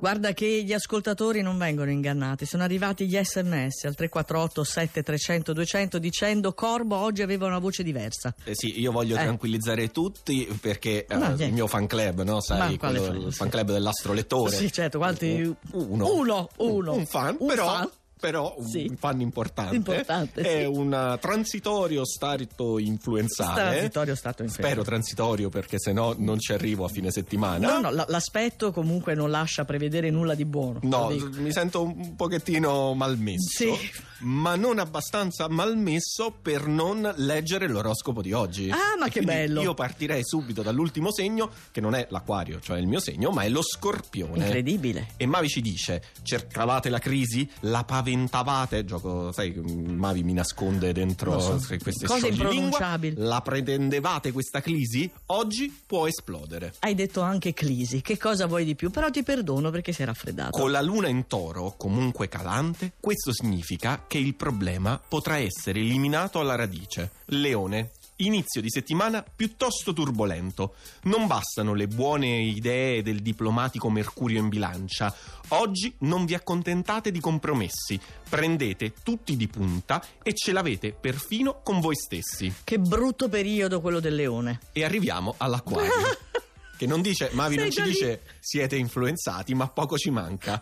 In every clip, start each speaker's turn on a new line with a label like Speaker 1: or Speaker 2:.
Speaker 1: Guarda che gli ascoltatori non vengono ingannati, sono arrivati gli sms al 348 7300 200 dicendo Corbo oggi aveva una voce diversa.
Speaker 2: Eh sì, io voglio
Speaker 1: Eh.
Speaker 2: tranquillizzare tutti perché eh,
Speaker 1: No,
Speaker 2: il
Speaker 1: niente.
Speaker 2: mio fan club, no?
Speaker 1: Ma
Speaker 2: Sai,
Speaker 1: quale
Speaker 2: quello-
Speaker 1: fan?
Speaker 2: il fan club dell'astrolettore.
Speaker 1: Sì, certo, quanti-
Speaker 2: Uno.
Speaker 1: Uno, uno.
Speaker 2: Un fan,
Speaker 1: Un
Speaker 2: però...
Speaker 1: fan.
Speaker 2: però un
Speaker 1: Sì.
Speaker 2: fan importante,
Speaker 1: Importante, sì.
Speaker 2: è un transitorio stato influenzale.
Speaker 1: Transitorio stato influenzale.
Speaker 2: Spero transitorio perché sennò non ci arrivo a fine settimana.
Speaker 1: No, no, la- l'aspetto comunque non lascia prevedere nulla di buono.
Speaker 2: No, Eh,
Speaker 1: lo dico.
Speaker 2: mi sento un pochettino malmesso,
Speaker 1: Sì.
Speaker 2: ma non abbastanza malmesso per non leggere l'oroscopo di oggi.
Speaker 1: Ah, ma
Speaker 2: E
Speaker 1: che
Speaker 2: quindi
Speaker 1: bello.
Speaker 2: Io partirei subito dall'ultimo segno, che non è l'acquario, cioè il mio segno, ma è lo scorpione.
Speaker 1: Incredibile.
Speaker 2: E Mavi ci dice: cercavate la crisi, la paventavate. Gioco, sai, Mavi mi nasconde dentro
Speaker 1: Lo so.
Speaker 2: queste
Speaker 1: Cose
Speaker 2: scioglilingua.
Speaker 1: impronunciabili.
Speaker 2: La pretendevate questa crisi? Oggi può esplodere.
Speaker 1: Hai detto anche Clisi, che cosa vuoi di più? Però ti perdono perché sei raffreddato.
Speaker 2: Con la luna in toro, comunque calante, questo significa che il problema potrà essere eliminato alla radice. Leone. Inizio di settimana piuttosto turbolento. Non bastano le buone idee del diplomatico Mercurio in bilancia. Oggi non vi accontentate di compromessi. Prendete tutti di punta e ce l'avete perfino con voi stessi.
Speaker 1: Che brutto periodo quello del leone.
Speaker 2: E arriviamo all'acquario. che non dice Mavi non
Speaker 1: Sei
Speaker 2: ci
Speaker 1: già lì.
Speaker 2: dice siete influenzati ma poco ci manca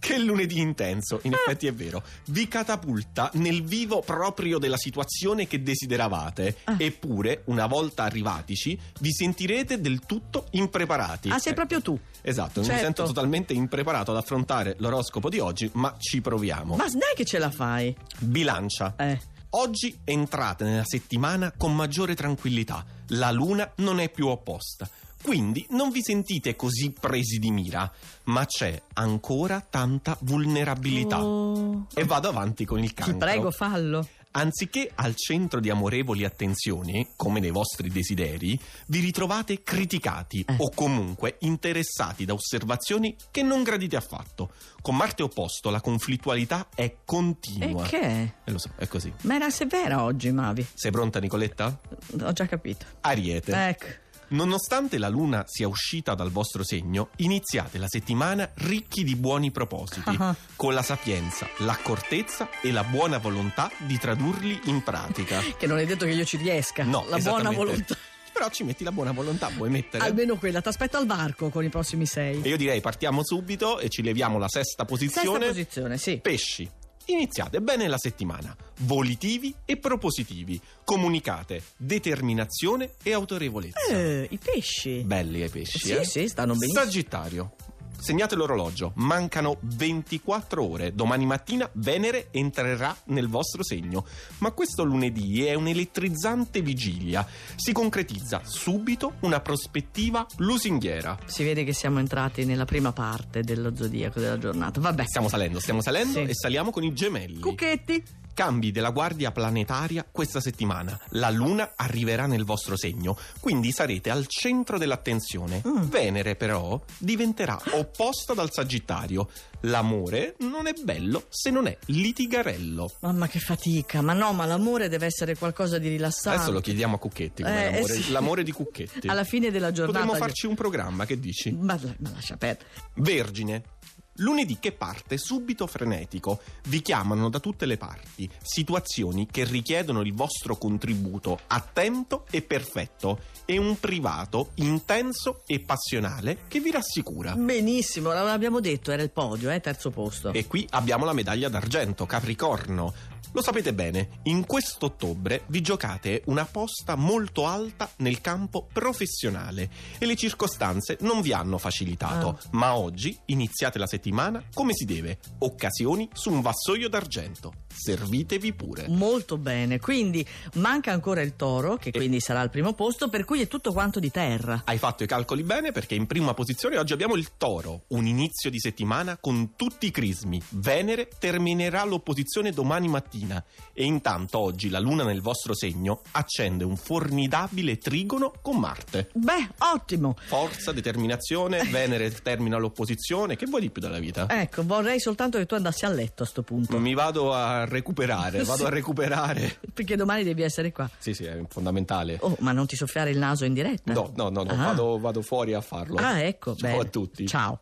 Speaker 2: che lunedì intenso
Speaker 1: Ah.
Speaker 2: in effetti è vero vi catapulta nel vivo proprio della situazione che desideravate
Speaker 1: Ah.
Speaker 2: eppure una volta arrivatici vi sentirete del tutto impreparati
Speaker 1: Ah, sei
Speaker 2: Ecco.
Speaker 1: proprio tu.
Speaker 2: esatto mi
Speaker 1: Certo.
Speaker 2: sento totalmente impreparato ad affrontare l'oroscopo di oggi ma ci proviamo
Speaker 1: Ma dai che ce la fai.
Speaker 2: bilancia
Speaker 1: Eh.
Speaker 2: Oggi entrate nella settimana con maggiore tranquillità. La luna non è più opposta. Quindi non vi sentite così presi di mira, ma c'è ancora tanta vulnerabilità.
Speaker 1: Oh.
Speaker 2: E vado avanti con il
Speaker 1: Ti
Speaker 2: cancro.
Speaker 1: prego, fallo.
Speaker 2: Anziché al centro di amorevoli attenzioni, come nei vostri desideri, vi ritrovate criticati
Speaker 1: Eh.
Speaker 2: o comunque interessati da osservazioni che non gradite affatto. Con Marte opposto la conflittualità è
Speaker 1: E
Speaker 2: continua.
Speaker 1: che? è?
Speaker 2: Eh, lo so, è così.
Speaker 1: Ma era severa oggi, Mavi.
Speaker 2: Sei pronta Nicoletta?
Speaker 1: Ho già capito.
Speaker 2: Ariete.
Speaker 1: Ecco.
Speaker 2: Nonostante la luna sia uscita dal vostro segno, iniziate la settimana ricchi di buoni propositi,
Speaker 1: Ah.
Speaker 2: con la sapienza, l'accortezza e la buona volontà di tradurli in pratica.
Speaker 1: Che non è detto che io ci riesca.
Speaker 2: No,
Speaker 1: La buona
Speaker 2: esattamente.
Speaker 1: volontà.
Speaker 2: Però ci metti la buona volontà, puoi mettere.
Speaker 1: Almeno quella. Ti aspetto al varco con i prossimi sei.
Speaker 2: E io direi partiamo subito e ci leviamo la sesta
Speaker 1: Sesta
Speaker 2: posizione.
Speaker 1: posizione, sì.
Speaker 2: Pesci. Iniziate bene la settimana, volitivi e propositivi, comunicate determinazione e autorevolezza.
Speaker 1: Eh, I pesci.
Speaker 2: Belli ai pesci,
Speaker 1: Sì,
Speaker 2: eh?
Speaker 1: sì, stanno benissimo.
Speaker 2: Sagittario. Segnate l'orologio, mancano 24 ore. Domani mattina Venere entrerà nel vostro segno. Ma questo lunedì è un'elettrizzante vigilia. Si concretizza subito una prospettiva lusinghiera.
Speaker 1: Si vede che siamo entrati nella prima parte dello zodiaco della giornata. Vabbè.
Speaker 2: Stiamo salendo, stiamo salendo
Speaker 1: Sì.
Speaker 2: e saliamo con i gemelli.
Speaker 1: Cucchetti.
Speaker 2: Cambi della guardia planetaria questa settimana. La Luna arriverà nel vostro segno, quindi sarete al centro dell'attenzione.
Speaker 1: Mm.
Speaker 2: Venere, però, diventerà opposta dal Sagittario. L'amore non è bello se non è litigarello.
Speaker 1: Mamma che fatica. Ma no, ma l'amore deve essere qualcosa di rilassante.
Speaker 2: Adesso lo chiediamo a Cucchetti.
Speaker 1: Esatto. Eh,
Speaker 2: com'è
Speaker 1: eh
Speaker 2: l'amore,
Speaker 1: sì.
Speaker 2: l'amore di Cucchetti.
Speaker 1: Alla fine della giornata.
Speaker 2: Potremmo farci un programma, che dici?
Speaker 1: Ma, ma lascia perdere.
Speaker 2: Vergine. Lunedì che parte subito frenetico. Vi chiamano da tutte le parti. Situazioni che richiedono il vostro contributo attento e perfetto. E un privato intenso e passionale che vi rassicura.
Speaker 1: Benissimo, l'abbiamo detto, era il podio, eh, terzo posto.
Speaker 2: E qui abbiamo la medaglia d'argento, Capricorno. Lo sapete bene, in quest'ottobre vi giocate una posta molto alta nel campo professionale e le circostanze non vi hanno facilitato,
Speaker 1: Ah.
Speaker 2: ma oggi iniziate la settimana come si deve, occasioni su un vassoio d'argento. Servitevi pure.
Speaker 1: Molto bene, quindi manca ancora il toro,
Speaker 2: Eh.
Speaker 1: che quindi sarà al primo posto, per cui è tutto quanto di terra.
Speaker 2: Hai fatto i calcoli bene perché in prima posizione oggi abbiamo il toro, un inizio di settimana con tutti i crismi. Venere terminerà l'opposizione domani mattina. mattina e intanto oggi la luna nel vostro segno accende un formidabile trigono con Marte.
Speaker 1: Beh, ottimo.
Speaker 2: Forza, determinazione, Venere termina l'opposizione, che vuoi di più dalla vita?
Speaker 1: Ecco, vorrei soltanto che tu andassi a letto a sto punto.
Speaker 2: Mi vado a recuperare, vado
Speaker 1: Sì.
Speaker 2: a recuperare.
Speaker 1: Perché domani devi essere qua.
Speaker 2: Sì, sì, è fondamentale.
Speaker 1: Oh, ma non ti soffiare il naso in diretta?
Speaker 2: No, no, no, no,
Speaker 1: Ah.
Speaker 2: vado, vado fuori a farlo.
Speaker 1: Ah, ecco,
Speaker 2: Ciao
Speaker 1: bene.
Speaker 2: a tutti.
Speaker 1: Ciao.